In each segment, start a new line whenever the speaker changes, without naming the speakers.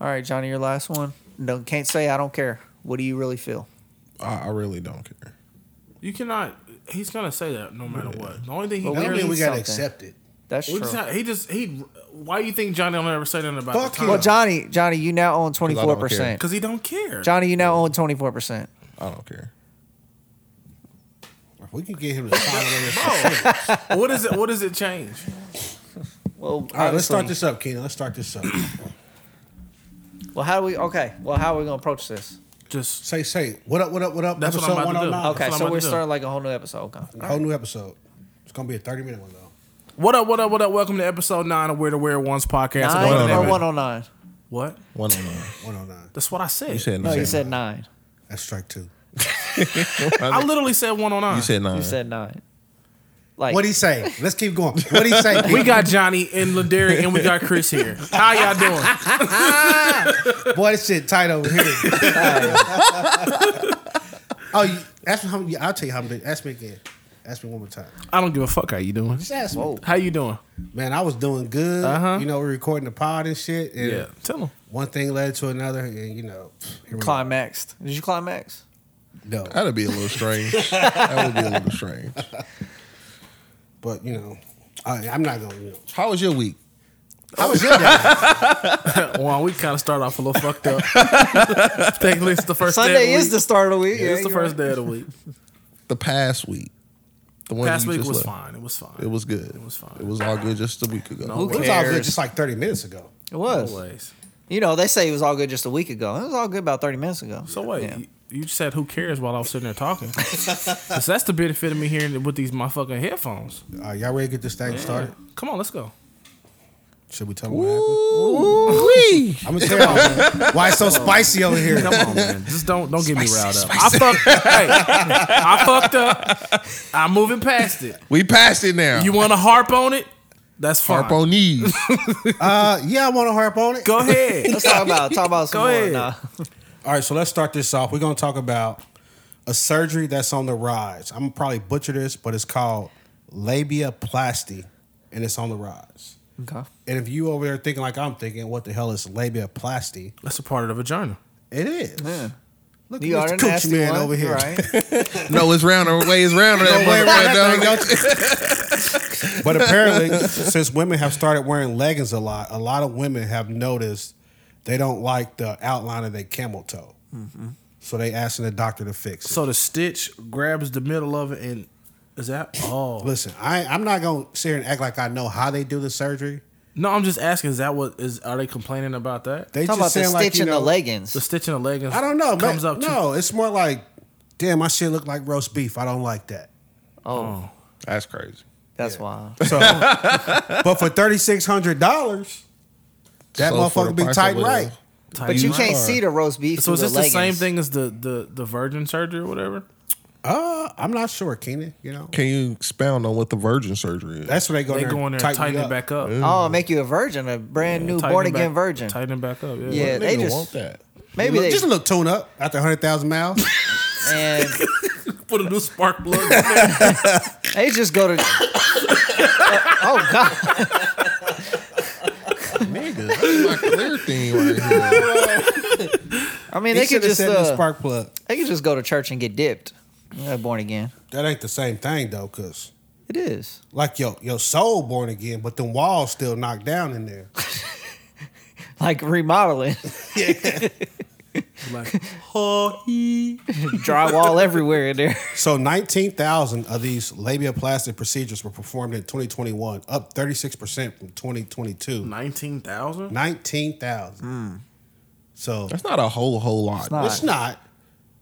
All right, Johnny, your last one. No, can't say I don't care. What do you really feel?
I, I really don't care.
You cannot. He's gonna say that no matter what. The only thing he
But
well,
we
I don't
need
think we gotta
something.
accept it.
That's
we
true.
just not, he just he. Why do you think Johnny don't ever say nothing about
Fuck
the time?
you.
well, Johnny, Johnny, you now own twenty
don't
four
care.
percent.
Because he don't care.
Johnny, you now own twenty four percent.
I don't care.
If we can get him to sign it. All
Oh, what is it? What does it change?
Well, all
right, let's start this up, Keenan. Let's start this up.
Well, how do we? Okay. Well, how are we gonna approach this?
Just
say, say, what up, what up, what up?
That's what I'm
episode
about to do.
109.
Okay,
what I'm
so
about
we're
to do.
starting like a whole new episode. Okay.
Whole new episode. It's gonna be a 30 minute one though.
what up? What up? What up? Welcome to episode nine of Weird to Weird Ones podcast. I
Nine
don't know
or
that.
one oh nine?
What?
One on one.
109.
That's what I said.
You said
No,
nine.
Oh, you said nine.
That's strike two.
I literally said one on nine.
You said nine.
You said nine. Like
What'd he say? Let's keep going. What'd he say?
we got Johnny and Ladarius and we got Chris here. How y'all doing?
boy, this shit tight over here. oh, you, ask me how many, I'll tell you how many. Ask me again. Ask me one more time.
I don't give a fuck how you doing.
Just ask
Whoa.
me.
How you doing?
Man, I was doing good.
Uh-huh.
You know, we're recording the pod and shit. And
Yeah. Tell him.
one thing led to another, and you know, here we go.
climaxed. Did you climax?
No.
That'd be a little strange. that would be a little strange.
But you know, I, I'm not gonna. You know.
How was your week?
How was your day?
Well, we kind of start off a little fucked up. Technically, it's the first
Sunday
day of the
is
week.
the start of the week. Yeah,
it's the
you're
first
right.
day of the week.
The past week. The one
Past
you
week
just
was
left.
fine. It was fine.
It was good.
was fine.
It was all good just a week ago.
No
It was all good just like 30 minutes ago.
It was.
always.
You know, they say it was all good just a week ago. It was all good about thirty minutes ago.
So wait,
Yeah.
you, you just said who cares while I was sitting there talking? 'Cause that's the benefit of me hearing with these motherfucking headphones.
Uh, y'all ready to get this thing started?
Come on, let's go.
Should we tell them what happened?
Ooh-wee.
I'm gonna tell y'all why it's so spicy over here.
Come on, man. Just don't don't get me riled up. I fucked. hey, I fucked up. I'm moving past it.
We passed it now.
You want to harp on it? That's fine.
harp on knees.
Uh, yeah, I want to harp on it.
Go ahead.
Let's talk about talk about some
Go
more.
ahead.
Nah.
All right, so let's start this off. We're gonna talk about a surgery that's on the rise. I'm gonna probably butcher this, but it's called labiaplasty, and it's on the rise.
Okay.
And if you over there thinking like I'm thinking, what the hell is labiaplasty?
That's a part of the vagina.
It is. Look
You are
at
a
this coochie
nasty
man
one,
over here.
Right?
no, it's rounder. Way is rounder. That
Don't worry about
motherfucker,
that
dog.
thing, don't you? but apparently, since women have started wearing leggings a lot, a lot of women have noticed they don't like the outline of their camel toe. So they asking the doctor to fix it.
Mm-hmm. So the stitch grabs the middle of it and is that? Oh
Listen, I, I'm not gonna sit here and act like I know how they do the surgery.
no, I'm just asking. Is that what is? Are they complaining about that?
They
Talk about
just
the
saying
stitch
like you
in
know,
the leggings.
The stitch in the leggings.
I don't know.
Comes
man.
up. too-
no, it's more like, damn, my shit look like roast beef. I don't like that.
oh,
That's crazy.
that's wild.
So, but for thirty six hundred dollars, that
So for the
motherfucker be
price
tight
of it,
right.
Tight
But you
line.
can't see the roast beef.
So
So
is
the
this the
leggings.
same thing as the the the virgin surgery or whatever?
Uh, I'm not sure, Keenan. You know,
Can you expound on what the virgin surgery is?
that's where they go.
They
there
go in
and
there
tighten
and tighten
you
it back up.
Oh, make you a virgin, a brand new
Tighten
born
it back-
again virgin.
Tighten it back up. Yeah.
Yeah.
Nigga
they just-
want that.
Maybe they
Just a little tune up after hundred thousand miles.
and
Put a new spark plug. in there.
they just go to. oh God!
Nigga, that's my clear thing right here.
I mean,
They
they
should
could
have
just
said
uh,
spark plug.
they could just go to church and get dipped. Yeah, born again.
That ain't the same thing though, cause
It is.
like your your soul born again, but them walls still knocked down in there.
like remodeling,
like,
drywall everywhere in there.
So 19,000 of these labiaplastic procedures were performed in 2021, up 36% from 2022.
Nineteen thousand.
19,000.
Mm.
So
That's not a whole whole lot.
not.
it's not.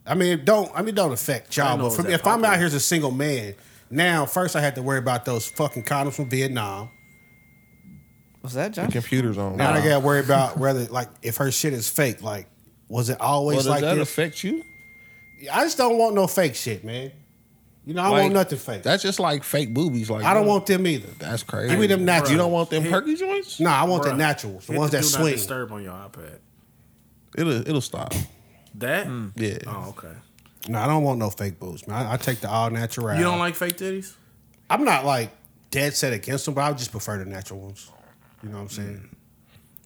I mean, it don't I mean, it don't affect
I
y'all.
know
But for
it's
me,
that
if I'm
popular.
out here as a single man, now first I had to worry about those fucking condoms from Vietnam.
Was that
The
John?
computer's on.
Now I gotta worry about whether like if her shit is fake. Like, was it always
Well, does
like
that
this?
affect you?
I just don't want no fake shit, man. You know, I
Like,
want nothing fake.
That's just like fake boobies. Like
I don't
no,
want them either.
That's crazy.
Give me them natural.
You don't want them perky joints?
Nah, I want the
Bruh.
naturals, the
Hit
ones
the
that
do not
swing.
disturb on your iPad.
It'll it'll stop.
That?
Mm.
Yeah.
Oh, okay.
No, I don't want no fake boobs, man. I, I take the all natural.
You don't like fake titties?
I'm not like dead set against them, but I would just prefer the natural ones. You know what I'm saying?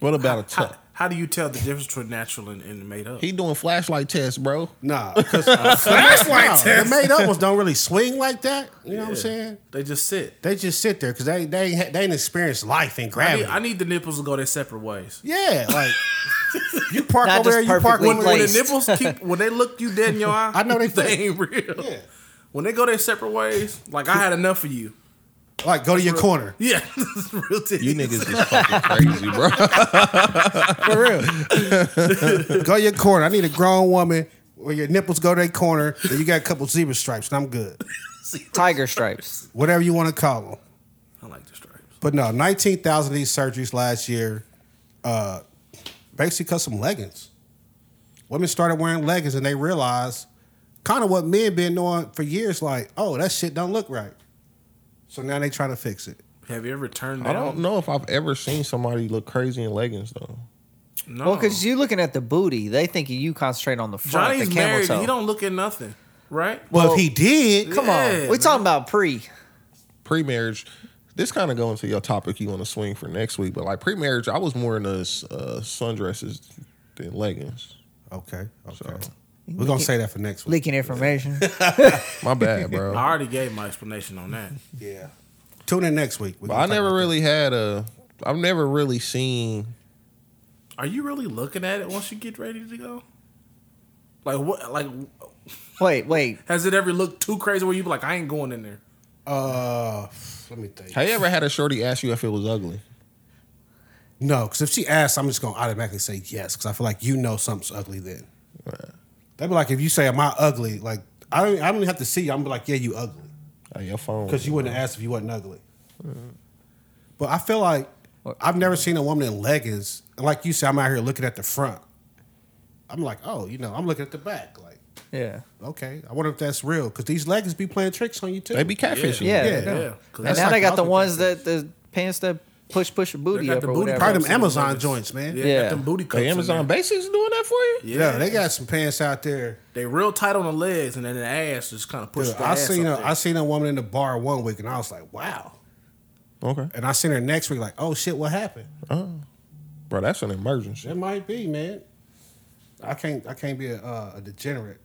What about a tuck?
How do you tell the difference between natural and, and made up?
He doing flashlight tests, bro.
Nah, because flashlight The made up ones don't really swing like that. You know what I'm
Yeah.
saying?
They just sit.
They just sit there because they they ain't- they ain't experienced life and
I
gravity.
need, I need the nipples to go their separate ways.
yeah, like you park
Not
over there,
just
you park
perfectly
one
When, when the
Placed.
nipples keep when they look you dead in your eye,
I know they think.
ain't real.
Yeah.
When they go their separate ways, like I had enough of you.
like go to your corner.
Yeah, this is real titties.
You niggas is fucking crazy, bro.
For real. go to your corner. I need a grown woman where your nipples go to their corner and you got a couple zebra stripes and I'm good.
Tiger stripes.
Whatever you want to call them.
I like the stripes.
But no, 19,000 of these surgeries last year, uh, basically because some leggings. Women started wearing leggings and they realized kind of what men been doing for years, like, oh, that shit don't look right. So now they trying to fix it.
Have you ever turned
I
down?
don't know if I've ever seen somebody look crazy in leggings though.
No.
Well, because you looking at the booty, they think you concentrate on the front,
Johnny's
the camel
married.
toe.
He don't look at nothing, right?
Well, if he did,
Come on,
Yeah,
we talking about pre.
Pre-marriage. This kind of go into your topic you want to swing for next week, but like pre-marriage, I was more in those uh, sundresses than leggings.
okay, okay. We're gonna say that for next week.
Leaking information.
My bad, bro.
I already gave my explanation on that.
Yeah. Tune in next week. We're
But
gonna
I
talk
never
about
really had a. I've never really seen.
Are you really looking at it once you get ready to go? Like what? Like
wait, wait.
has it ever looked too crazy where you be like, I ain't going in there?
that. Uh, let me think.
Have you ever had a shorty ask you if it was ugly?
No, because if she asks, I'm just gonna automatically say yes because I feel like you know something's ugly. Then they'd be like, if you say, "Am I ugly?" Like I don't, I don't even have to see you. I'm be like, "Yeah, you ugly,"
Oh, your phone.
because you wouldn't ask if you wasn't ugly. But I feel like I've never seen a woman in leggings. And like you said, I'm out here looking at the front. I'm like, oh, you know, I'm looking at the back. Like,
Yeah.
okay, I wonder if that's real because these leggings be playing tricks on you too.
They be catfishing.
Yeah.
Yeah.
no.
Yeah,
And
'cause
now
that's
they
like
got the
outfit
ones that
pants.
the pants that push push your booty
got
up
the
or
booty
whatever.
part-
probably them
Absolutely.
Amazon joints, man.
Yeah,
Yeah.
Yeah.
Got them booty cups.
Hey,
in
Amazon
there.
Basics doing that for you?
Yeah,
they got some pants out there.
they real tight on the legs, and then the ass just kind of pushed.
Dude,
the
I
ass
seen
up
a,
there.
I seen a woman in the bar one week, and I was like, wow.
Okay,
And I seen her next week, like, oh shit, what happened?
bro, that's an emergency.
It might be, man. I can't, I can't be a, uh, a degenerate.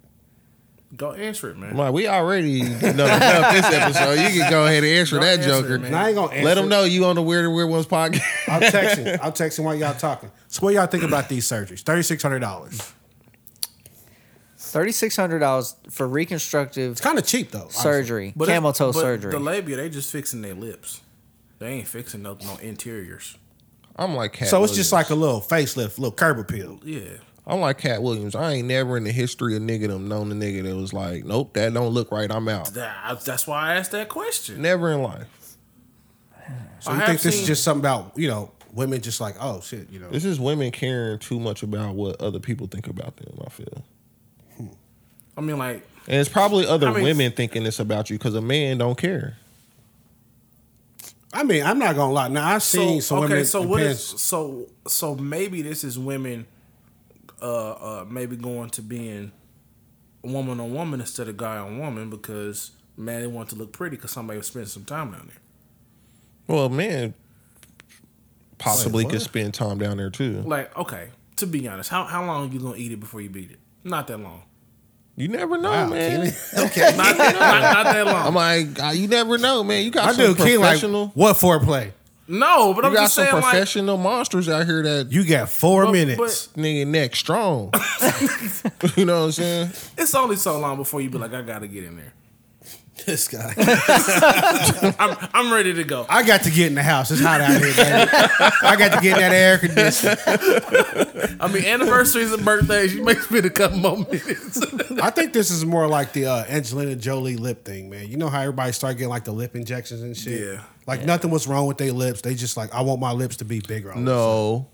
Go answer it, man.
Like, we already know enough this episode. You can go ahead and answer
Don't
that
answer it,
joker.
man.
And I ain't gonna answer.
Let them know you on the Weird and Weird Ones podcast.
I'm texting. I'm texting while y'all talking. So what y'all think about these surgeries? Thirty six hundred dollars.
Thirty six hundred dollars for reconstructive
It's kind of cheap though. honestly.
surgery,
But
camel
it's-
toe
but
surgery.
The labia, they just fixing their lips. They ain't fixing no, no interiors.
I'm like Cat.
So it's
Williams.
just like a little facelift, little curb appeal.
Yeah,
I'm like Cat Williams. I ain't never in the history of nigga them known a nigga that was like, nope, that don't look right. I'm out.
that, that's why I asked that question.
Never in life.
So
I
you
have
think this
seen-
is just something about you know women just like oh shit you know
This is women caring too much about what other people think about them. I feel,
I mean, like
and it's probably other
I mean-
women thinking this about you because a man don't care.
I mean I'm not gonna lie now I've seen some women
so
in
what is
pants-
so so maybe this is women uh uh maybe going to being woman on woman instead of guy on woman because man they want to look pretty because somebody spent some time down there
Well, a man possibly
Wait,
could
what?
spend time down there too.
like okay to be honest how, how long are you gonna eat it before you beat it not that long
You never know,
Wow,
man.
Kenny.
not, not, not that long
I'm like, uh, you never know, man. You got
I
some
do King like
professional.
what foreplay
no but i'm
you got
just
some
saying like
professional monsters out here that
You got four
But-
minutes.
but-
nigga neck strong. you know what I'm saying?
it's only so long before you be like i gotta get in there
this guy.
i'm, I'm ready to go
I got to get in the house. It's hot out here, baby. I got to get in that air conditioning.
i mean anniversaries and birthdays you may spend a couple more minutes
I think this is more like the uh, Angelina Jolie lip thing, man. You know how everybody started getting like the lip injections and shit?
Yeah.
Like nothing was wrong with their lips. They just like, I want my lips to be bigger. all of a sudden.
No.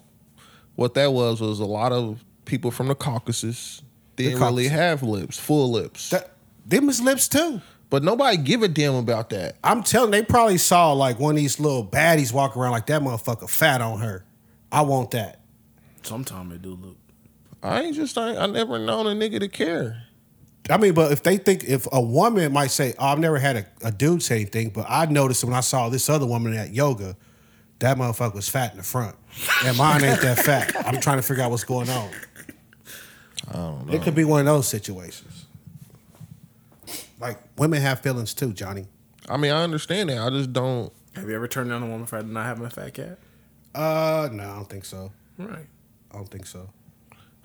What that was was a lot of people from the Caucasus didn't really
Caucasus.
have lips, full lips.
That, them is lips too.
but nobody give a damn about that.
I'm telling they probably saw like one of these little baddies walk around like that motherfucker fat on her. I want that.
sometimes it do look
I ain't just I, I never known a nigga to care.
I mean, but if they think if a woman might say, "Oh, I've never had a, a dude say anything," but I noticed when I saw this other woman at yoga, That motherfucker was fat in the front, and mine ain't that fat. I'm trying to figure out what's going on.
I don't know.
It could be one of those situations. Like women have feelings too, Johnny.
I mean, I understand that. I just don't.
Have you ever turned down a woman for not having a fat cat?
Uh, no, I don't think so.
Right.
I don't think so.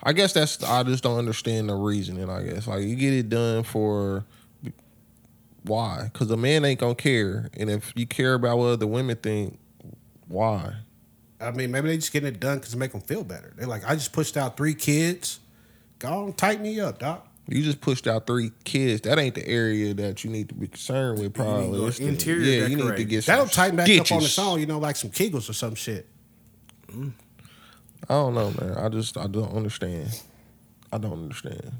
I guess that's. I just don't understand the reasoning. I guess like you get it done for why? Because a man ain't gonna care, and if you care about what other women think, why?
I mean, maybe they just getting it done because it make them feel better. They're like, I just pushed out three kids. Go on, tighten me up, doc.
You just pushed out three kids. That ain't the area that you need to be concerned with. Probably
go
It's the-
interior
Yeah, you need to
decorating.
get some
That'll tighten back up on
stitches.
its own, you know, like some Kegels or some shit.
I don't know, man. I just I don't understand. I don't understand.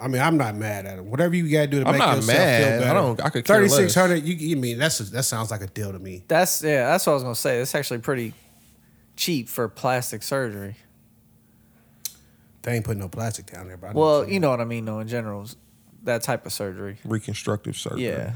I mean, I'm not mad at it. Whatever you gotta do to
I'm
make
not
yourself
mad.
feel better.
I don't- I could care
Thirty
less.
six hundred. You, you mean that's a, that sounds like a deal to me.
That's yeah. That's what I was gonna say. It's actually pretty cheap for plastic surgery.
They ain't putting no plastic down there. But I know
Well,
what
you know what I mean, though. In general, is that type of surgery.
Reconstructive surgery.
Yeah.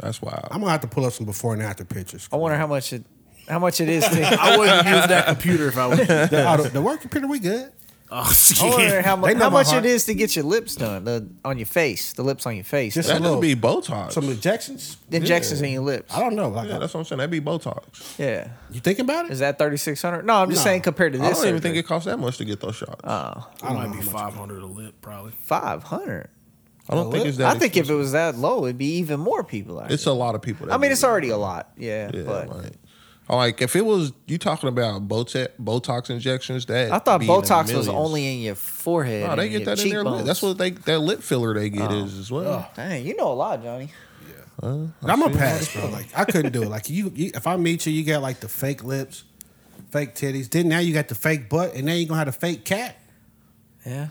That's why.
I'm gonna have to pull up some before and after pictures.
I wonder how much it, how much it is to.
I wouldn't use that computer if I was.
the, oh, the, the work computer we good.
Oh,
I wonder
shit.
how,
They
mu-
know
how
my
much
heart.
it is to get your lips done the, on your face, the lips on your face,
Just
the
That'd
little-
be Botox.
Some injections.
injections in your lips.
I don't know. Like,
Uh, yeah, that's what I'm saying. That'd be Botox.
Yeah,
you thinking about
is
it?
that thirty six hundred? No, I'm just
No.
saying compared to
I
this,
don't even think it costs that much to get those shots.
Uh,
I don't
might
know
be
how much-
five hundred a lip, probably.
five hundred.
I don't think it's that.
I think if it
expensive.
was that low, it'd be even more people. Actually.
it's a lot of people. That
I mean,
do
it's
that.
already a lot. Yeah,
Yeah,
but
like, I'm like if it was you talking about Botox, Botox injections, that
I thought
be in the
Botox was
millions.
only in your forehead.
No,
and
they get
your
that in their lip.
cheekbones. Oh.
That's what they that lip filler they get is as well.
Dang, you know a lot, Johnny.
I'm a pass, bro. Like I couldn't do it. Like you, you, if I meet you, you got like the fake lips, fake titties. Then now you got the fake butt, and now you gonna have the fake cat.
Yeah,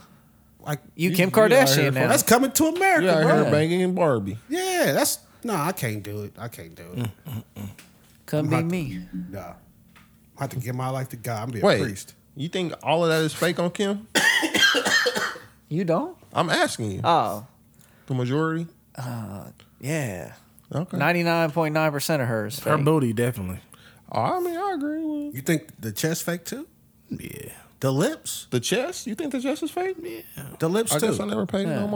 Like
you,
You-
Kim
you out here
Kardashian
for-
now.
that's coming to America,
You out
bro.
here banging and Barbie.
Yeah, that's no, I can't do it. I can't do it.
Come be
I'm
me.
No, I have to give my life to God. I'm be a
Wait,
priest.
you think all of that is fake on Kim?
You don't?
I'm asking you.
Oh,
the majority.
yeah.
Okay.
Ninety nine point nine percent of hers.
Her booty definitely.
Oh, I mean, I agree with
You think the chest fake too?
Yeah.
The lips,
the chest. You think the chest is fake?
the lips
I guess I
too.
never paid no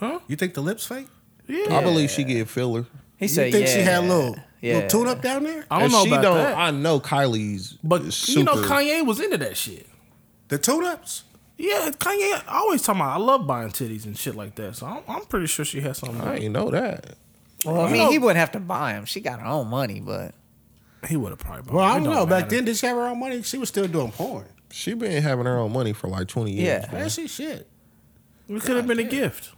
mind.
You think the lips fake?
I believe she get filler.
He
You
said,
think she had a
yeah.
little,
Yeah.
little tune up down there?
I don't
If
know
she
about
don't,
that.
I know Kylie's,
but
is
you know,
super-
Kanye was into that shit.
The tune ups?
Yeah, Kanye I always talking about I love buying titties and shit like that. So I'm, I'm pretty sure she has something.
I ain't know that.
Well, I
You
mean,
know-
he wouldn't have to buy them. She got her own money, but
He would have probably. bought
Well,
it.
I
It
don't know. Back
matter.
then, did she have her own money? She was still doing porn.
She been having her own money for like twenty years.
Yeah.
man.
Man, she shit.
it could have been a gift.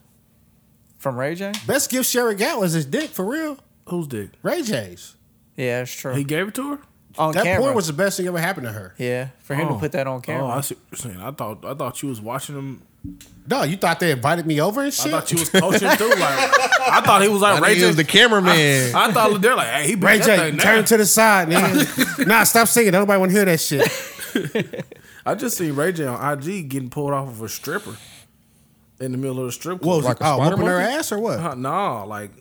from Ray J.
Best gift she ever got was his dick for real.
Who's dick?
Ray J's.
Yeah, that's true.
He gave it to her.
on
that
camera.
porn was the best thing ever happened to her.
yeah, for him to put that on camera.
Oh, I see. What you're saying. I thought I thought you was watching him.
No, you thought they invited me over and shit?
I thought you was coaching too. Like I thought he was like
I
Ray
think he
J.
was the cameraman.
I thought they're like, hey, he
Ray
bring that
J,
thing
turn
down.
to the side, nigga. nah, stop singing. Nobody want to hear that shit.
I just seen Ray J on IG getting pulled off of a stripper in the middle of the strip
What
club.
was
Like
like
a
oh,
spider
whooping her
monkey?
ass or what?
Huh, nah, like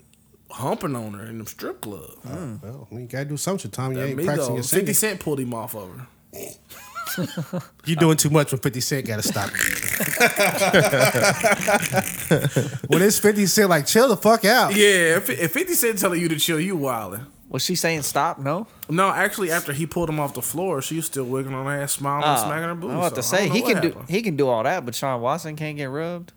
humping on her in the strip club.
Well, you gotta do something, Tom. You ain't practicing your
Amigos, Fifty
singing.
Cent pulled him off of her.
You doing too much when Fifty Cent gotta stop. when it's Fifty Cent, like chill the fuck out.
Yeah, if, if Fifty Cent telling you to chill, you wildin'.
was she saying stop? No.
No, actually, after he pulled him off the floor, she was still wiggling on her ass, smiling, and
Oh,
smacking her booty.
I'm about to
So I
say
don't
he
know what
can do
happened.
he can do all that, but Sean Watson can't get rubbed.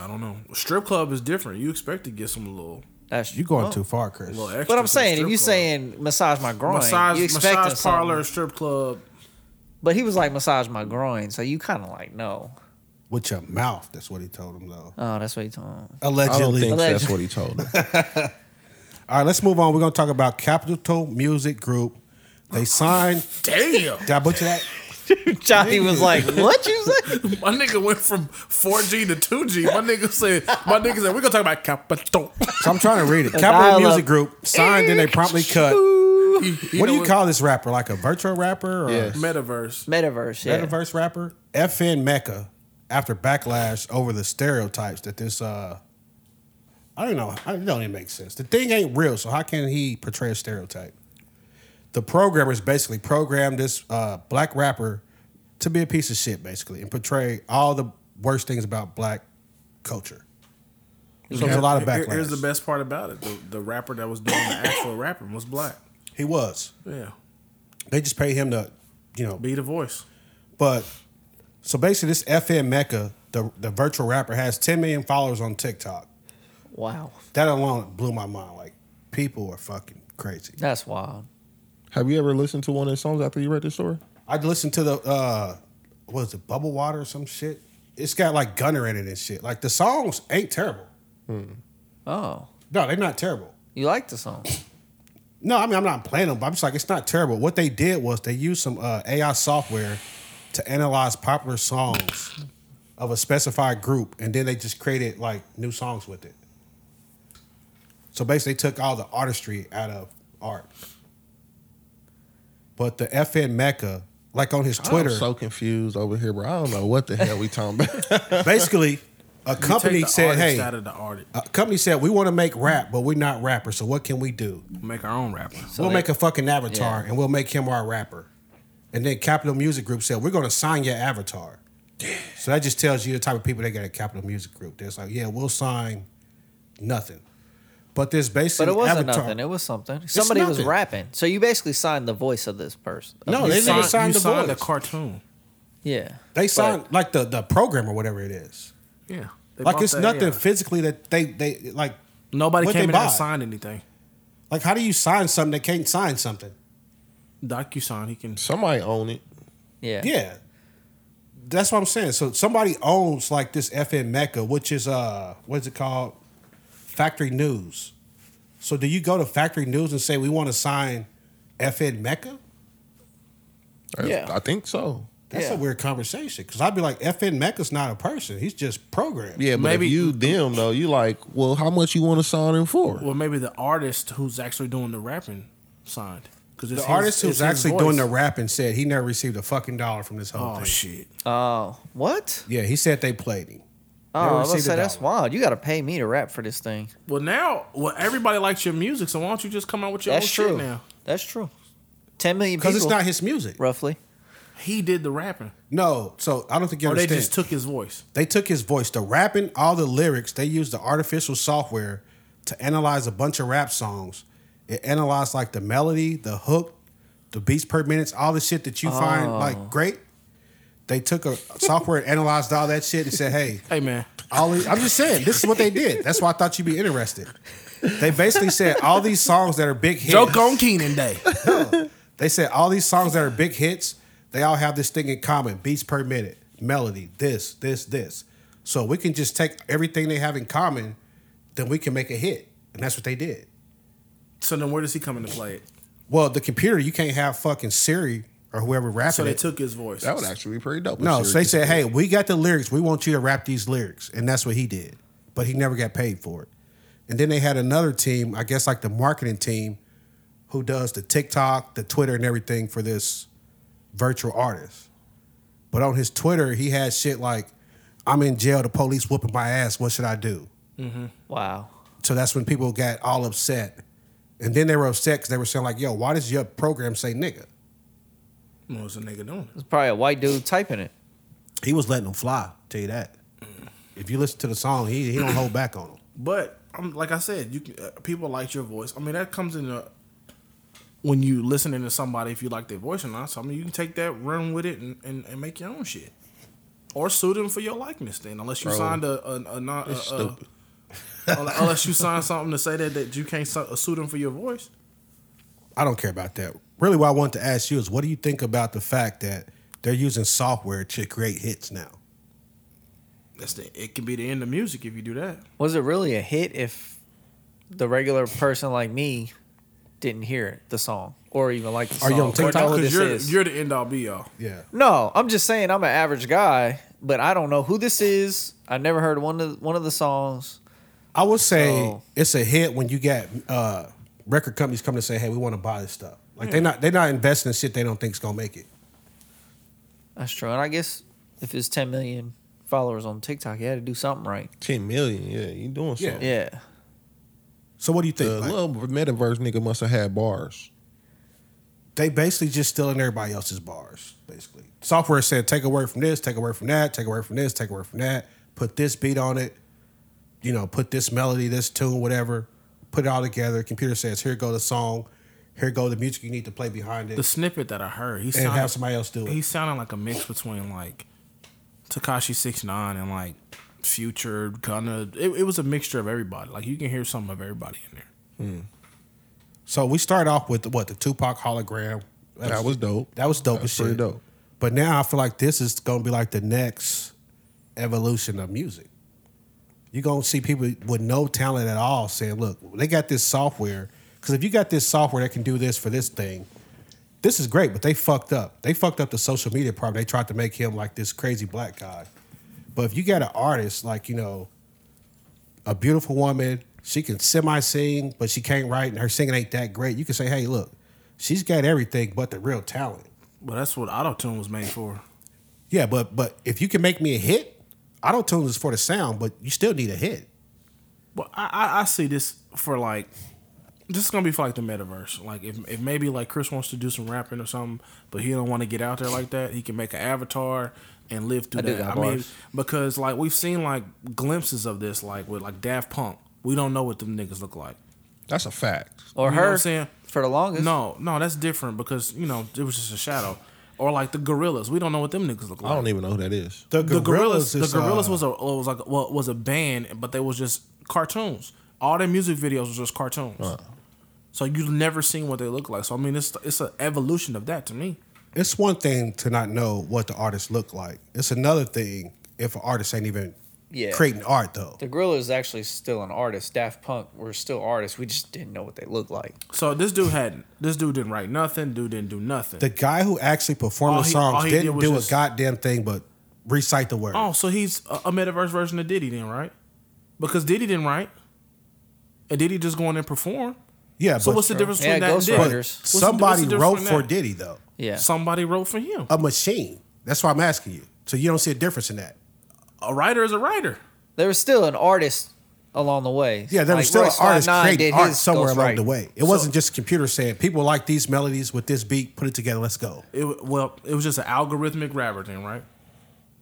I don't know. Strip club is different. You expect to get some little,
That's
You going
oh.
too far, Chris.
little extra.
But I'm
from
saying,
strip
if you
club.
saying massage my groin,
massage,
you expect
massage parlor,
parlor.
strip club,
But he was like massage my groin, so you kind of like no.
With your mouth, that's what he told him though.
Oh, that's what he told him.
I don't
Allegedly.
think
Alleged.
that's what he told her.
All right, let's move on. We're gonna talk about Capitol Music Group. They signed.
damn,
Did I butcher that?
Johnny was like, "What you say?"
my nigga went from 4G to 2G. My nigga said, my nigga said, we're gonna talk about Capitol.
So I'm trying to read it.
dial-up.
Capitol Music Group signed, then they promptly cut. what do you call this rapper? Like a virtual rapper or
Yeah.
metaverse?
Metaverse, yeah.
metaverse rapper? FN Mecca after backlash over the stereotypes that this uh I don't know. I- It don't even make sense. The thing ain't real, so how can he portray a stereotype? the programmers basically programmed this uh, black rapper to be a piece of shit, basically, and portray all the worst things about black culture. So there's a lot of
Here-
backlash.
Here's the best part about it: the, the rapper that was doing the actual rapping was black.
He was.
Yeah,
They just paid him to, you know,
be the voice.
But so basically, this FM Mecca, the the virtual rapper, has 10 million followers on TikTok.
Wow,
That alone blew my mind. Like people are fucking crazy.
that's wild.
Have you ever listened to one of his songs after you read this story?
I listened to the uh, what is it, Bubble Water or some shit. It's got like Gunner in it and shit. Like the songs ain't terrible.
Oh,
No, they're not terrible.
you like the song?
No, I mean I'm not playing them, but I'm just like it's not terrible. What they did was they used some uh, AI software to analyze popular songs of a specified group, and then they just created like new songs with it. So basically, they took all the artistry out of art. But the FN Mecca, like on
Oh,
his Twitter,
I'm so confused over here, bro. I don't know what the hell we talking about.
basically a
You take
company
the
said,
artist
"Hey."
out of the art,
A company said we want to make rap, but we're not rappers. So what can we do?
make our own rapper."
So
we'll
they-
make a fucking avatar and we'll make him our rapper. And then Capital Music Group said, we're going to sign your avatar. So that just tells you the type of people they got at Capital Music Group. That's like, yeah, we'll sign nothing. But this basically
But it wasn't
avatar.
nothing. It was something. Somebody was
nothing.
rapping. So you basically signed the voice of this person. of
No,
this
they
song.
didn't sign
you
the
signed
voice.
a cartoon.
Yeah.
they signed like the, the program or whatever it is.
Yeah, They
Like
bought
it's
the
nothing
AI.
physically that they, they like,
Nobody
what
came
they
in
buy.
and signed anything.
like how do you sign something that can't sign something?
DocuSign, he can.
Somebody own it.
Yeah.
Yeah. That's what I'm saying. So somebody owns like this FN Mecca, which is uh what is it called? Factory News. So do you go to Factory News and say we want to sign FN Mecca?
I-
Yeah.
I think so.
That's
Yeah.
a weird conversation. Cause I'd be like, FN Mecca's not a person. He's just programmed.
Yeah, but
Maybe-
if you them though, you like, well, how much you want to sign him for?
Well, maybe the artist who's actually doing the rapping signed because
The artist who's actually doing the rapping said he never received a fucking dollar from this whole
Oh
thing.
shit!
Oh, what?
Yeah, he said they played him.
Oh, I was gonna
received a
say that's
dollar.
wild. You got to pay me to rap for this thing.
Well, now, well, everybody likes your music, so why don't you just come out with your
That's
own
true.
shit now?
That's true. Ten million people.
Because it's not his music.
roughly.
He did the rapping,
No, so I don't think you
or they
understand.
just took his voice.
They took his voice, the rapping, all the lyrics. They used the artificial software to analyze a bunch of rap songs. It analyzed like the melody, the hook, the beats per minutes, all the shit that you find like great. They took a software and analyzed all that shit and said, "Hey,
Hey man,
all these, I'm just saying this is what they did. That's why I thought you'd be interested." They basically said all these songs that are big hits.
Joke on Keenan Day.
They said all these songs that are big hits, they all have this thing in common: beats per minute, melody, this, this, this. So we can just take everything they have in common, then we can make a hit, and that's what they did.
so then, where does he come into play it?
Well, the computer, you can't have fucking Siri or whoever rapping
So they
it.
took his voice.
that would actually be pretty dope. if Siri
no, so they
could
said,
do it.
"Hey, we got the lyrics. We want you to rap these lyrics," and that's what he did. But he never got paid for it. And then they had another team, I guess, like the marketing team, who does the TikTok, the Twitter, and everything for this virtual artist. But on his Twitter, he had shit like, "I'm in jail. The police whooping my ass. What should I do?"
Wow.
So that's when people got all upset. And then they were upset because they were saying like, "Yo, why does your program say nigga?"
What was the nigga doing?
It's probably a white dude typing it.
He was letting them fly. Tell you that. If you listen to the song, he he don't hold back on them.
But um, like I said, you can, uh, people liked your voice. I mean, that comes in the when you listening to somebody if you like their voice or not. So I mean, you can take that, run with it, and, and, and make your own shit, or sue them for your likeness. Then, unless you
Bro,
signed a a, a, non-
It's
a, a
stupid.
unle- unless you signed something to say that that you can't su- uh, sue them for your voice.
I don't care about that. Really, what I wanted to ask you is, what do you think about the fact that they're using software to create hits now?
That's the it can be the end of music if you do that.
Was it really a hit if the regular person like me didn't hear it, the song, or even like the
Are
song?
you on
or
TikTok?
know who
Because
this
you're
is.
you're the end all be all.
Yeah,
No, I'm just saying I'm an average guy, but I don't know who this is. I never heard one of one of the songs.
I would say
So-
it's a hit when you get uh, record companies come to say, "Hey, we want to buy this stuff." Like they're not they're not investing in shit they don't think's gonna make it.
That's true. And I guess if it's 10 million followers on TikTok, you had to do something right.
ten million. Yeah, you doing
Yeah.
something? Uh,
Yeah.
So what do you think?
The
Like,
little metaverse nigga must have had bars.
they basically just stealing everybody else's bars. Basically, software said take a word from this, take a word from that, take a word from this, take a word from that. Put this beat on it, you know, put this melody, this tune, whatever. Put it all together. Computer says here go the song, here go the music you need to play behind it,
The snippet that I heard, he
and
sounded
have somebody else do it.
he sounded like a mix between like Takashi Six Nine and like Future, kind of. It, it was a mixture of everybody. Like you can hear some of everybody in there.
So we start off with what the Tupac hologram. That,
That was dope.
that was
That
dope as
was
shit.
pretty dope.
But now I feel like this is gonna be like the next evolution of music. You're gonna see people with no talent at all saying, "Look, they got this software." Because if you got this software that can do this for this thing, this is great. But they fucked up. They fucked up the social media problem. They tried to make him like this crazy black guy. But if you got an artist like you know a beautiful woman. She can semi sing, but she can't write, and her singing ain't that great. You can say, hey, look, she's got everything but the real talent.
But that's what auto tune was made for.
Yeah, but but if you can make me a hit, auto tune is for the sound, but you still need a hit.
But I, I, I see this for like this is gonna be for like the metaverse. Like if, if maybe like Chris wants to do some rapping or something, but he don't want to get out there like that, he can make an avatar and live through
I do
that.
got
I mean,
bars.
because like we've seen like glimpses of this, like with like Daft Punk. We don't know what them niggas look like.
That's a fact.
or
You know
her
what I'm saying?
for the longest.
No, no, that's different because you know it was just a shadow. Or like the gorillas, we don't know what them niggas look like.
I don't even know who that is.
the gorillas,
is,
the gorillas
uh,
was a was like well, was a band, but they was just cartoons. All their music videos was just cartoons. So you've never seen what they look like. So I mean, it's it's an evolution of that to me.
It's one thing to not know what the artist look like. It's another thing if an artist ain't even
Yeah.
creating art though.
The gorilla is actually still an artist. Daft Punk were still artists. We just didn't know what they looked like.
So this dude hadn't. This dude didn't write nothing. Dude didn't do nothing.
The guy who actually performed
All
the
he- all
songs
he did
didn't
was
do
just-
a goddamn thing but recite the words.
oh, so he's a, a metaverse version of Diddy then, right? Because Diddy didn't write, and Diddy just go in and perform.
yeah,
So
but,
what's the difference
Yeah,
between that and Diddy?
Ghostwriters.
but
What's
the-
somebody
what's the
wrote
difference in
for
that?
Diddy though.
Yeah.
Somebody wrote for him.
a machine. That's why I'm asking you. So you don't see a difference in that.
A writer is a writer.
there was still an artist along the way.
Yeah, there
Like,
was still
Roy
an artist
Slotnine
creating
did
art
his
somewhere along
ghostwriting.
the way. It wasn't just a computer saying, people like these melodies with this beat, put it together, let's go.
it w- well, it was just an algorithmic rapper thing, right?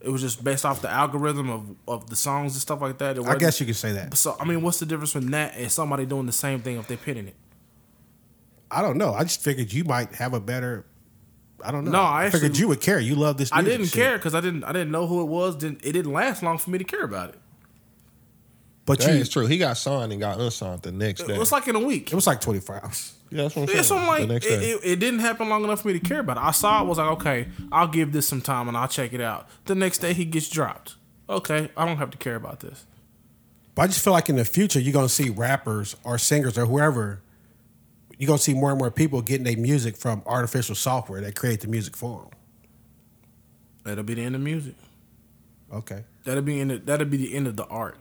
It was just based off the algorithm of, of the songs and stuff like that. It
I
wasn't-
guess you could say that.
So I mean, what's the difference from that and somebody doing the same thing if they're pitting it?
I don't know. I just figured you might have a better. I don't know.
No, I
figured
actually-
you would care. You love this.
I
music
didn't
shit.
care because I didn't I didn't know who it was. Didn't it didn't last long for me to care about it.
but
That
you.
is true. He got signed and got unsigned the next day.
It was like in a week.
It was like 24 hours.
yeah, that's what I'm saying.
Yeah, so I'm
the
like, it,
next day.
it, it didn't happen long enough for me to care about it. I saw it, was like, okay, I'll give this some time and I'll check it out. The next day he gets dropped. Okay, I don't have to care about this.
But I just feel like in the future you're gonna see rappers or singers or whoever. You're gonna see more and more people getting their music from artificial software that create the music for
That'll be the end of music.
them. Okay,
That'll be end. Of, that'll be the end of the art.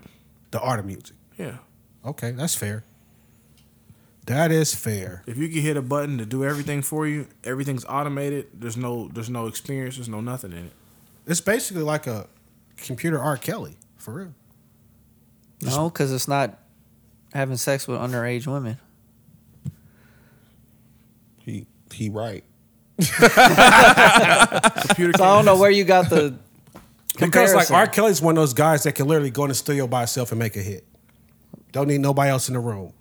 the art of music.
Yeah.
Okay, that's fair. That is fair.
If you can hit a button to do everything for you, everything's automated. There's no there's no experience. There's no nothing in it.
It's basically like a computer R. Kelly for real.
No, because it's not having sex with underage women.
he he right.
Computer.
So I don't know where you got the
Because
comparison.
like R. Kelly's one of those guys that can literally go in the studio by himself and make a hit. Don't need nobody else in the room.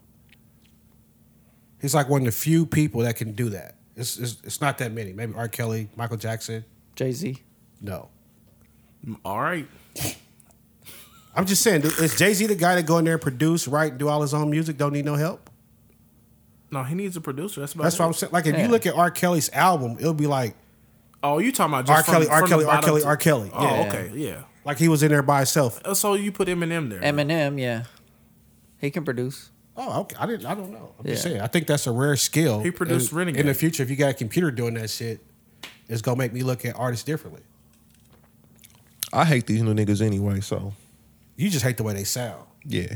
He's like one of the few people that can do that. It's it's, it's not that many. Maybe R. Kelly, Michael Jackson.
Jay Z.
No,
All right.
I'm just saying. dude, Is Jay Z the guy that go in there and produce, write, and do all his own music? Don't need no help.
No, he needs a producer. That's about.
That's
it.
what I'm saying. Like if
Yeah.
you look at R. Kelly's album, it'll be like
Oh, you talking about just
R.
from-
Kelly, R.
from the
Kelly, R.
bottom
Kelly,
to-
R. Kelly.
Oh,
Yeah.
okay, yeah.
like he was in there by himself.
Uh, So you put Eminem there.
Eminem, yeah. He can produce.
Oh, okay. I didn't. I don't know. I'm just
Yeah.
saying. I think that's a rare skill.
He produced
in,
Renegade.
In the future, if you got a computer doing that shit, it's gonna make me look at artists differently.
I hate these new niggas anyway. So
You just hate the way they sound.
yeah,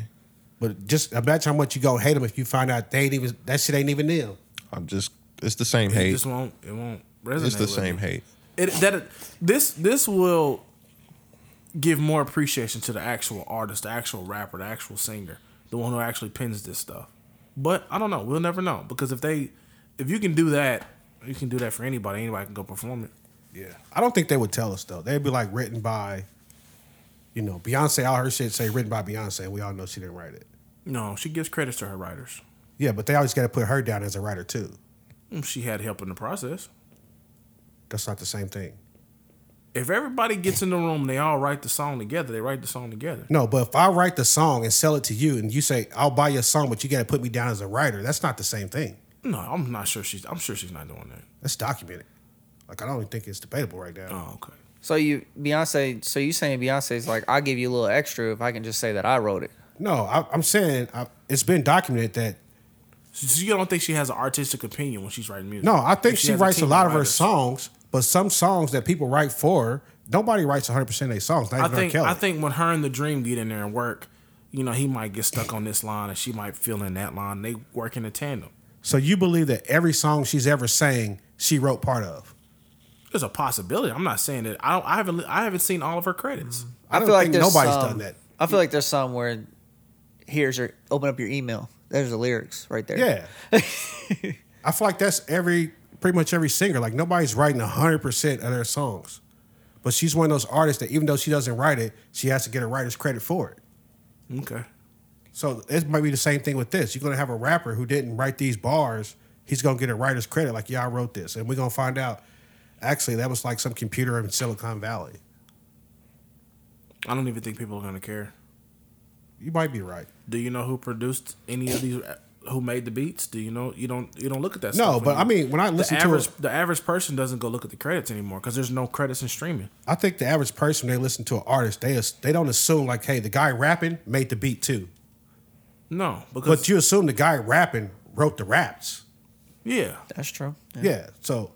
But just imagine how much you gonna hate them if you find out they ain't even that shit ain't even them.
I'm just. It's the same
It
hate.
just won't. It won't resonate.
It's the
with
same
me.
hate.
It that this this will give more appreciation to the actual artist, the actual rapper, the actual singer, the one who actually pins this stuff. But I don't know. We'll never know because if they if you can do that You can do that for anybody. Anybody can go perform it.
Yeah. I don't think they would tell us though. They'd be like written by, you know, Beyonce. All her shit say written by Beyonce. We all know she didn't write it.
No, she gives credits to her writers.
Yeah, but they always got to put her down as a writer too.
Mm, She had help in the process.
That's not the same thing.
If everybody gets in the room and they all write the song together, they write the song together.
No, but if I write the song and sell it to you, and you say I'll buy your song, but you got to put me down as a writer, that's not the same thing.
No, I'm not sure she's. I'm sure she's not doing that.
That's documented. Like I don't even think it's debatable right now.
Oh, okay.
So you Beyonce, so you saying Beyonce's like I'll give you a little extra if I can just say that I wrote it.
No, I, I'm saying I, it's been documented that
So, so you don't think she has an artistic opinion when she's writing music?
no, I think
If
she,
has
writes a
team
lot of her
writers.
songs, but some songs that people write for her, nobody writes 100 percent of their songs. Not
I
even R.
think
Kelly.
I think when her and the Dream get in there and work, you know, he might get stuck on this line and she might fill in that line. They work in a tandem.
So you believe that every song she's ever sang, she wrote part of?
There's a possibility. I'm not saying that. I don't. I haven't. I haven't seen all of her credits.
I,
don't
feel like
think
there's
nobody's
some-
done that.
I feel like there's some where here's your open up your email. There's the lyrics right there.
Yeah. I feel like that's every pretty much every singer. Like nobody's writing hundred percent of their songs, but she's one of those artists that even though she doesn't write it, she has to get a writer's credit for it. Mm-hmm.
Okay.
So it might be the same thing with this. You're gonna have a rapper who didn't write these bars. He's gonna get a writer's credit, like yeah, I wrote this, and we're gonna find out. Actually, that was like some computer in Silicon Valley.
I don't even think people are gonna care.
You might be right.
Do you know who produced any of these? uh, Who made the beats? Do you know? You don't. You don't look at that.
No,
stuff
but
anymore.
I mean, when I listen
the
to
average,
her-
the average person doesn't go look at the credits anymore because there's no credits in streaming.
I think the average person when they listen to an artist, they as- they don't assume like, hey, the guy rapping made the beat too.
No, because
But you assume the guy rapping wrote the raps.
yeah,
That's true. Yeah.
Yeah. So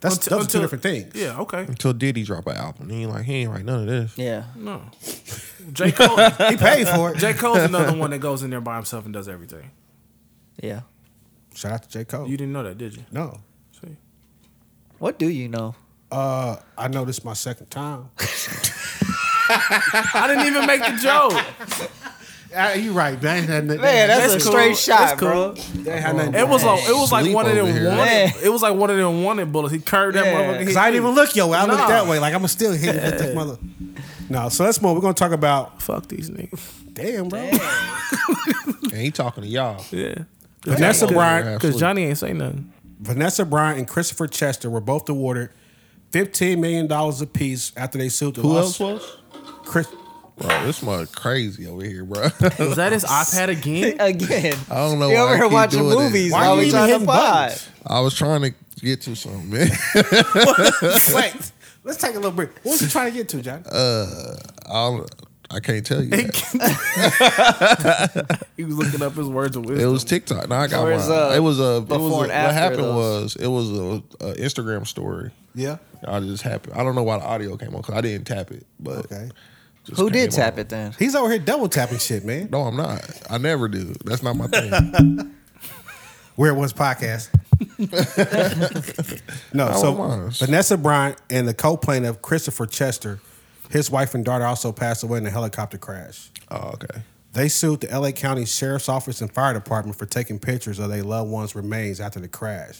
that's
Until-
those are two
until-
different things.
Yeah, okay.
Until Diddy drop an album, he ain't like he ain't write none of this.
Yeah.
No, J Cole.
He paid for it.
J Cole's another one that goes in there by himself and does everything.
Yeah.
Shout out to J. Cole.
You didn't know that, did you?
no.
See,
What do you know?
Uh, I know this is my second time.
I didn't even make the joke.
Ah, you right, man. That- that-
Man, that's,
That's
a
cool.
straight shot,
That's cool.
bro.
that had nothing to
It
do
was
with
like it was like
Sleep
one of them
over here.
wanted.
Yeah.
It was like one of them wanted bullets. He curved that
Yeah.
motherfucker.
Cause
hit
I didn't
you.
even look your way. I
Nah.
looked that way. Like I'm gonna still hit you with this mother. No, so that's more. We're gonna talk about.
Fuck these niggas.
Damn, bro.
And he talking to y'all.
Yeah,
Vanessa Bryant
because
Absolutely.
Johnny ain't say nothing.
Vanessa Bryant and Christopher Chester were both awarded $15 million apiece after they sued the
Who
Los-
else was?
Chris,
Bro, this mug crazy over here, bro.
Was that his iPad again?
Again.
I don't know
You
why
over
I
here
keep
watching
doing this.
movies
Why
while
you
we
even
trying to
hitting
pod.
buttons?
I was trying to get to something, man.
Wait, let's take a little break. What was he trying to get to, John?
I don't- I can't tell you. That.
he was looking up his words of
It
wisdom.
was TikTok. No, I got
Where's,
mine.
uh,
it was a. It
before
was a
and
what
after
happened
those?
was it was a, a Instagram story.
yeah.
I just happened. I don't know why the audio came on because I didn't tap it. But
Okay.
just
Who did
came
tap
on.
it then?
He's over here double tapping shit, man.
No, I'm not. I never do. That's not my thing.
Where it was podcast. no,
I
so
was.
Vanessa Bryant and the co-plaintiff Christopher Chester, his wife and daughter also passed away in a helicopter crash.
oh, okay.
They sued the LA County Sheriff's Office and Fire Department for taking pictures of their loved ones' remains after the crash.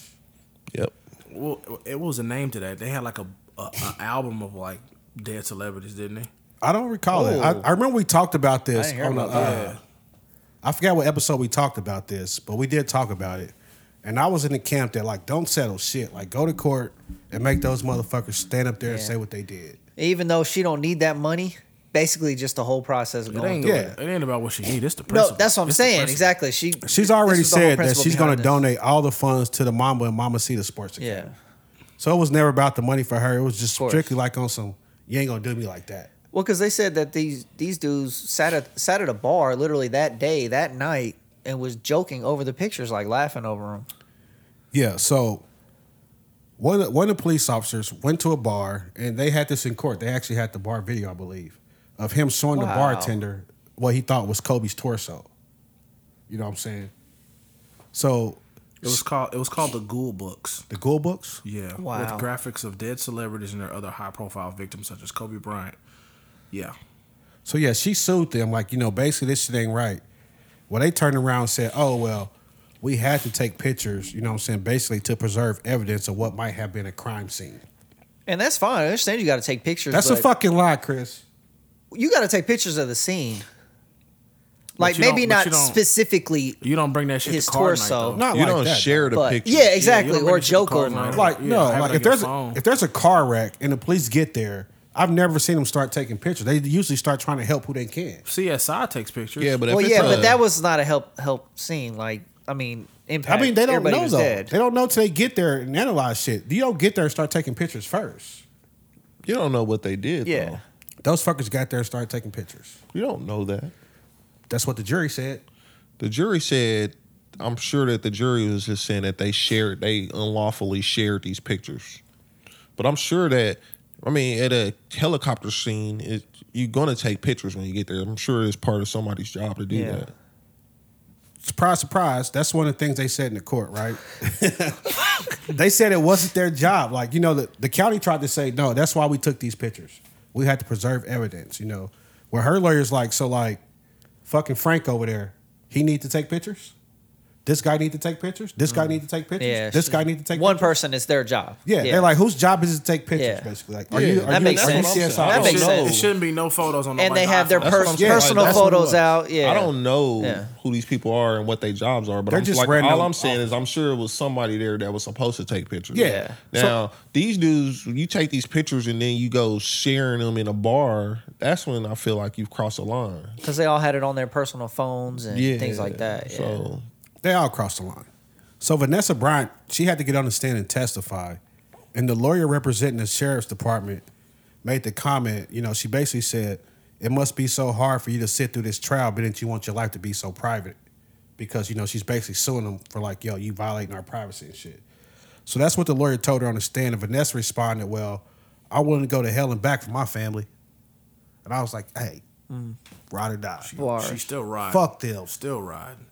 Yep.
Well, it was a name to that. They had like a, a, a album of like dead celebrities, didn't they?
I don't recall it. I,
Oh.
I remember we talked about this.
I didn't hear
on
about
the, uh, I forgot what episode we talked about this, but we did talk about it. And I was in the camp that like, don't settle shit. Like, go to court and make those motherfuckers stand up there and
Yeah.
say what they did.
Even though she don't need that money, basically just the whole process of
It
going
ain't.
through.
Yeah.
It ain't about what she need. It's the
No,
principle.
that's what I'm
It's the
saying.
principle.
Exactly. She
She's already
this is the whole
said that
principle
she's going
behind
to
this.
donate all the funds to the Mamba and Mama Cita Sports Academy.
Yeah.
So it was never about the money for her. It was just
course.
strictly like on some, you ain't going to do me like that.
Well, because they said that these these dudes sat at sat at a bar literally that day, that night, and was joking over the pictures, like laughing over them.
Yeah, so one of, one of the police officers went to a bar and they had this in court. They actually had the bar video, I believe, of him showing the
Wow.
bartender what he thought was Kobe's torso. You know what I'm saying? So
It was called. It was called the Ghoul Books.
the Ghoul books,
Yeah. With
Wow.
graphics of dead celebrities and their other high profile victims, such as Kobe Bryant. Yeah.
So yeah, she sued them like you know basically this shit ain't right. Well, they turned around and said, "Oh well, we had to take pictures, you know what I'm saying, basically to preserve evidence of what might have been a crime scene.
And that's fine. I understand you got to take pictures.
That's a
but
fucking lie, Chris.
You got to take pictures of the scene. Like
you don't-
maybe
but
not
you don't-
specifically.
You don't bring that shit
His
to car
torso.
Night, though.
Not
you
like
don't
that,
share the
But
picture.
yeah, exactly.
you don't
or
bring shit to
joke
cars
on
now.
it.
Like
Yeah,
no,
have it
like
on
if there's
your
a,
phone.
if there's a car wreck and the police get there, I've never seen them start taking pictures. They usually start trying to help who they can.
CSI takes pictures.
Yeah, but if
Well,
it's
yeah,
a-
but that was not a help help scene. Like I mean, impact.
I mean, they don't
Everybody
know
was
though.
dead.
They don't know till they get there and analyze shit. You don't get there and start taking pictures first.
you don't know what they did.
Yeah.
though.
Those fuckers got there and started taking pictures.
you don't know that.
That's what the jury said.
The jury said. I'm sure that the jury was just saying that they shared, they unlawfully shared these pictures. But I'm sure that, I mean, at a helicopter scene, it, you're gonna take pictures when you get there. I'm sure it's part of somebody's job to do
Yeah.
that.
Surprise, surprise. That's one of the things they said in the court, right? they said it wasn't their job. Like, you know, the, the county tried to say, no, that's why we took these pictures. We had to preserve evidence, you know. Where her lawyer's like, so like fucking Frank over there, he need to take pictures? This guy need to take pictures? This guy need to take pictures?
Mm. Yeah,
this
she-
guy need to take
one
pictures?
person. It's their job.
Yeah, they're like, whose job is it to take pictures?
Yeah.
Basically, like, are
Yeah.
you are
That
you,
makes
are you
sense.
CSI?
That
I
makes
don't know.
sense.
It shouldn't be no photos on.
and
nobody's
they have their
iPhone.
That's what
pers-
I'm saying.
personal
Like, that's
what it
photos
was.
out. Yeah,
I don't know
Yeah.
who these people are and what their jobs are, but
They're
I'm
just
like
random-
all I'm saying is I'm sure it was somebody there that was supposed to take pictures.
Yeah.
Yeah.
Now these dudes, when you take these pictures and then you go sharing them in a bar, that's when I feel like you've crossed a line.
because they all had it on their personal phones and
Yeah.
things like that. Yeah.
So
They all crossed the line. So Vanessa Bryant, she had to get on the stand and testify, and the lawyer representing the sheriff's department made the comment. You know, she basically said, "It must be so hard for you to sit through this trial, but didn't you want your life to be so private?" Because you know she's basically suing them for like, "Yo, you violating our privacy and shit." So that's what the lawyer told her on the stand, and Vanessa responded, "Well, I wouldn't go to hell and back for my family," and I was like, "Hey, ride or die,
Bars.
She's still riding.
fuck them,
Still riding.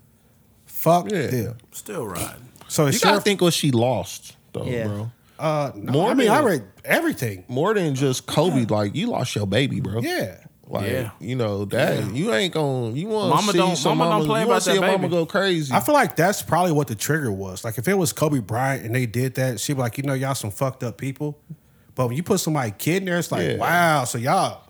fuck
Yeah.
them."
Still riding.
So the
you gotta
sheriff
think what she lost though,
Yeah.
bro.
Uh, no,
More
I mean,
than-
I read everything.
More than just Kobe, like you lost your baby, bro.
Yeah.
Like
Yeah.
you know that you ain't gonna you want
Mama
to see
don't-
some
mama don't
mama,
play
you
about
want to see
that
a mama
baby.
go crazy.
I feel like that's probably what the trigger was. Like, if it was Kobe Bryant and they did that, she'd be like, you know, y'all some fucked up people. But when you put somebody kid in there, it's like,
Yeah.
wow. So y'all,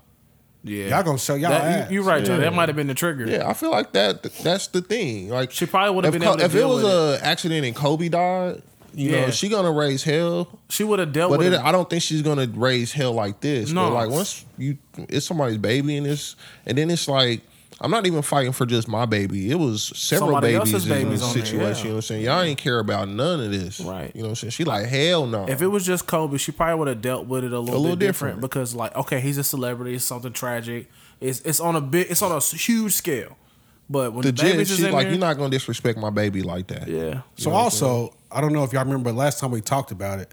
Yeah.
Y'all gonna show y'all
That,
ass.
you, you right, Joe.
Yeah.
That might have been the trigger.
Yeah, I feel like that. That's the thing. Like
She probably would've
if
been able to
If it
deal
was a
with
accident and Kobe died, you know,
Yeah.
she gonna raise hell.
She would have dealt
But
with
it,
it.
I don't think she's gonna raise hell like this.
No.
But like once you, it's somebody's baby, and it's and then it's like. I'm not even fighting for just my baby. It was several
Somebody
babies in
else's babies
this
on there,
situation.
yeah.
You know what I'm saying? Y'all ain't care about none of this.
Right.
You know what I'm saying? She like, hell no.
If it was just Kobe, she probably would have dealt with it a little,
little
bit different,
different.
because, like, okay, he's a celebrity. It's something tragic. It's it's on a bit. It's on a huge scale. But when
the
the,
judge,
babies is
she's
in
like,
there,
you're not gonna disrespect my baby like that.
yeah,
So also, I don't know if y'all remember last time we talked about it.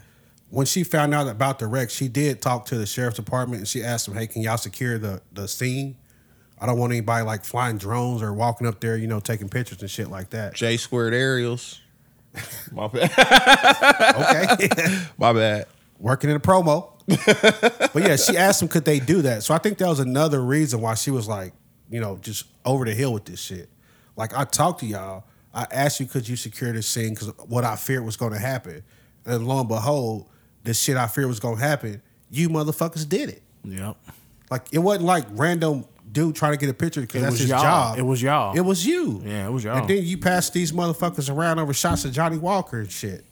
When she found out about the wreck, she did talk to the sheriff's department and she asked them, "Hey, can y'all secure the the scene? I don't want anybody like flying drones or walking up there, you know, taking pictures and shit like that."
J squared Ariels. My bad.
Okay.
my bad.
working in a promo. but yeah, she asked him, could they do that? So I think that was another reason why she was like, you know, just over the hill with this shit. Like I talked to y'all, I asked you, could you secure this scene? Because what I feared was going to happen, and lo and behold, the shit I feared was going to happen, you motherfuckers did it.
yep.
Like it wasn't like random dude trying to get a picture because that's
was
his
y'all.
job.
It was y'all.
It was you.
Yeah, it was y'all.
And then you passed these motherfuckers around over shots of Johnny Walker and shit.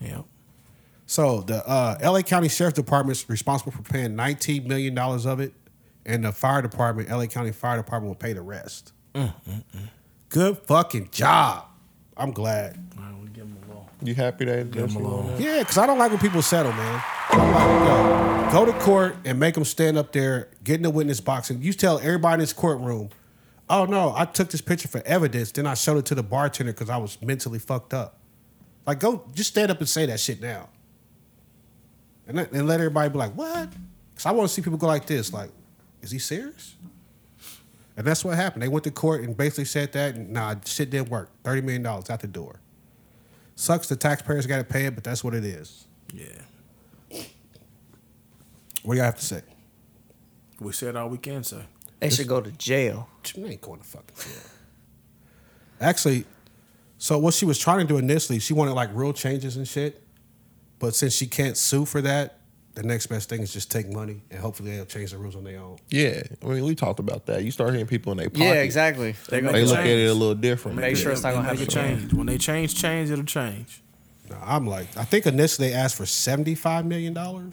Yep.
So the uh, LA County Sheriff's Department is responsible for paying nineteen million dollars of it, and the fire department, LA County Fire Department, will pay the rest. Good fucking job. I'm glad.
All right, we give him a little.
You happy that? that's you on that?
Yeah, because I don't like when people settle, man. I'm like, yo, go to court and make them stand up there, get in the witness box, and you tell everybody in this courtroom, oh no, I took this picture for evidence, then I showed it to the bartender because I was mentally fucked up. Like, go just stand up and say that shit now. And, let- and let everybody be like, what? Because I want to see people go like this, like, is he serious? And that's what happened. They went to court and basically said that, and nah, shit didn't work. $30 million out the door. Sucks the taxpayers got to pay it, but that's what it is.
Yeah.
What do y'all have to say?
We said all we can say.
They should go to jail.
You ain't going to fucking jail. Actually, So what she was trying to do initially, she wanted like real changes and shit. But since she can't sue for that, the next best thing is just take money and hopefully they'll change the rules on their own.
Yeah, I mean, we talked about that. You start hearing people in their pocket.
Yeah, exactly. They're
make
gonna
They
it
look
change.
at it a little different.
Make sure it's not gonna
Make
happen.
it change. When they change, change it'll change.
Now, I'm like, I think initially they asked for $75 million.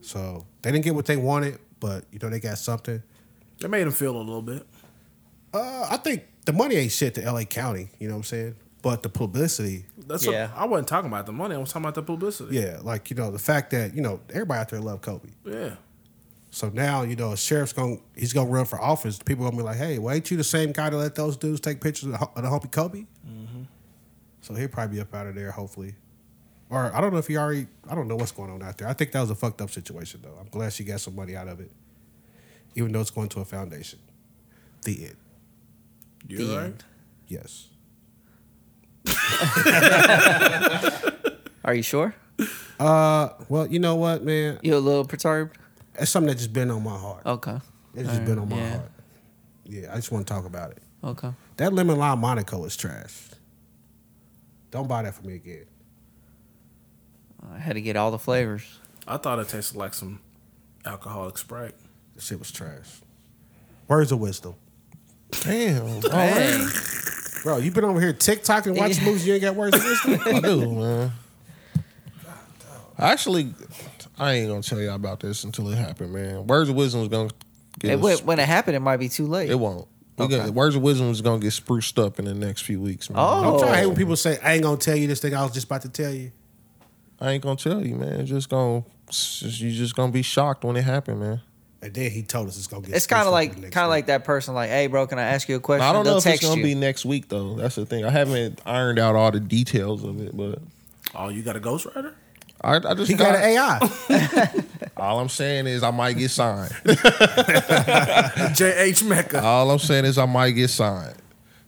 So they didn't get what they wanted, but you know, they got something.
That made them feel a little bit.
Uh, I think the money ain't shit to LA County, you know what I'm saying? But the publicity,
That's
Yeah.
what I wasn't talking about the money. I was talking about the publicity.
yeah, like, you know, the fact that, you know, everybody out there love Kobe.
Yeah.
So now, you know, a sheriff's going to he's gonna run for office. People gonna be like, hey, well, ain't you the same guy that let those dudes take pictures of the, ho- of the homie Kobe? So he'll probably be up out of there, hopefully. Or I don't know if he already. I don't know what's going on out there. I think that was a fucked up situation, though. I'm glad she got some money out of it, even though it's going to a foundation. The end.
You
The
all right?
end.
Yes.
Are you sure?
Uh, well, you know what, man?
You a little perturbed?
It's something that's just been on my heart.
Okay.
It's just been on my
Oh, Yeah.
heart. Yeah, I just want to talk about it.
Okay.
That lemon lime Monaco is trash. Don't buy that for me again.
I had to get all the flavors.
I thought it tasted like some alcoholic Sprite.
That shit was trash. Words of wisdom.
Damn, Oh, bro.
Hey.
Bro, you been over here TikTok and watching
Yeah.
movies, you ain't got words of wisdom?
I do, man. Actually, I ain't gonna tell y'all about this until it happened, man. Words of wisdom is gonna get
It,
us-
when, when it happened, it might be too late.
It won't. We
Okay.
gonna- words of wisdom is gonna get spruced up in the next few weeks, man.
Oh.
I'm trying to hate when people say, I ain't gonna tell you this thing I was just about to tell you.
I ain't gonna tell you, man. It's just gonna it's just- you just gonna be shocked when it happened, man.
And then he told us it's gonna get
it's kind of
spruced up
like
the
kind
next
of
week.
like that person, like, hey, bro, can I ask you a question?
I don't
They'll
know if it's
text
gonna
you.
be next week though. That's the thing. I haven't ironed out all the details of it, but
Oh, you got a ghostwriter?
I, I just
He got
uh,
an AI.
all I'm saying is I might get signed.
J.H. Mecca.
all I'm saying is I might get signed.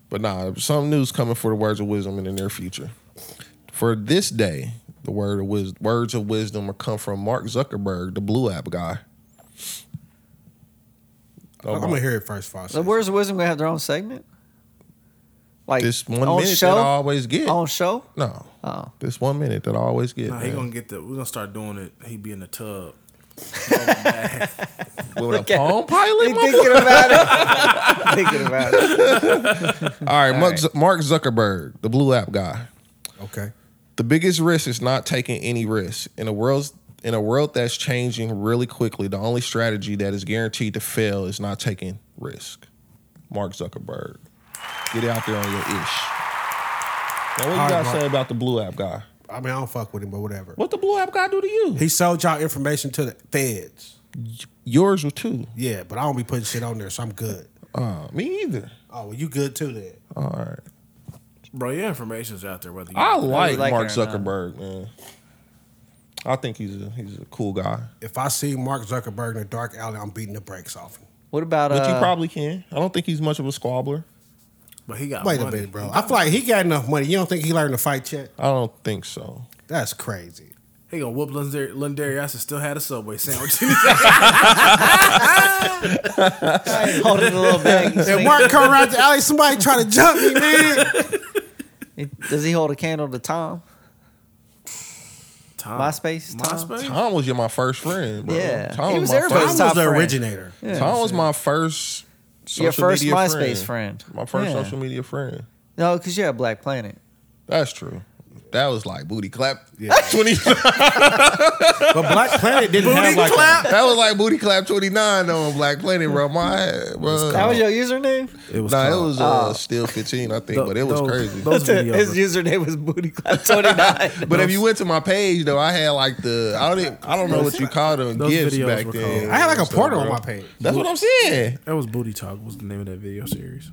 But nah, some news coming for the words of wisdom in the near future. For this day, the word of wis- words of wisdom will come from Mark Zuckerberg, the Blue App guy. Oh,
I'm
my-
gonna hear it first, Foster.
The Words of Wisdom gonna have their own segment? Like
this one
on
minute
show?
that I always get.
on show?
no,
Oh.
this one minute that I always get.
Nah, he
man.
gonna get the. We're gonna start doing it. He be in the tub.
With a
at
palm pilot.
They
mother-
thinking about it. thinking about it.
All right, Mark,
right.
Zu- Mark Zuckerberg, the Blue App guy.
okay.
The biggest risk is not taking any risks. In a world's in a world that's changing really quickly, the only strategy that is guaranteed to fail is not taking risk. Mark Zuckerberg. Get out there on your ish. Now what you
right,
gotta
Mark.
say about the blue app guy?
I mean I don't fuck with him, but whatever.
What the blue app guy do to you?
He sold y'all information to the feds.
Yours was too.
Yeah, but I don't be putting shit on there, so I'm good.
Uh, me either.
Oh, well, you good too then.
All right.
Bro, your information's out there. Whether you
I like,
like
Mark
it or not.
Zuckerberg, man. I think he's a he's a cool guy.
If I see Mark Zuckerberg in a dark alley, I'm beating the brakes off him.
What about
But
uh,
you probably can. I don't think he's much of a squabbler.
but he got
Wait
money.
a minute, bro. I feel like he got enough money. You don't think he learned to fight yet?
I don't think so.
That's crazy.
He gonna whoop Lindari- Lindarius and still had a Subway sandwich.
hold it a little bag? you
If
see?
Mark come around the alley, somebody try to jump me, man.
It- Does he hold a candle to Tom?
Tom.
MySpace, Tom?
Uh, MySpace.
Tom was your my first friend, bro.
Yeah. He
Tom was,
was
my
everybody's
first,
top-
was the
friend.
originator.
Yeah.
Tom was my first social
Your first
media
MySpace friend.
My first
Yeah.
social Uh-huh. media friend.
No, because you have Black Planet.
That's true. That was like booty clap.
Yeah.
20, that
But Black Planet didn't have like
clap.
was like booty clap 29 on Black Planet, bro. My bro.
That was your username.
It was.
Nah,
Tom.
it was uh,
Oh.
still 15, I think,
Th-
but it was
those-
crazy.
Those
His
videos. were-
username was Booty Clap Twenty Nine.
but if you went to my page though, I had like the I don't even, I don't know what you call them
Those
gifts
videos
back
were
then.
cold.
I had like a
So,
porno on
bro.
my page.
That's what I'm saying.
That was Booty Talk. Was the name of that video series?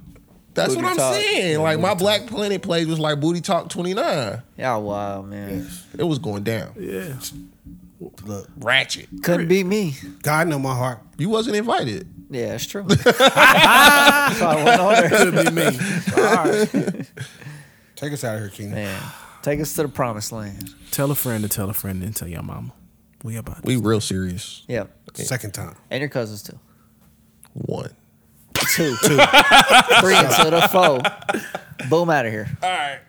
That's
Booty
what I'm
Talk.
saying. Like my Black Planet page was like Booty Talk 29.
yeah, wow, man,
It was going down.
Yeah.
Look,
Ratchet.
couldn't beat me.
God know my heart.
You wasn't invited.
Yeah, it's true. so I went on there.
Could be me. All right.
Take us out of here, King.
Man, take us to the promised land.
Tell a friend to tell a friend and tell your mama. We about.
We real serious.
Yep,
Second time.
and your cousins too.
One.
two. Three until the four. Boom out of here.
All right.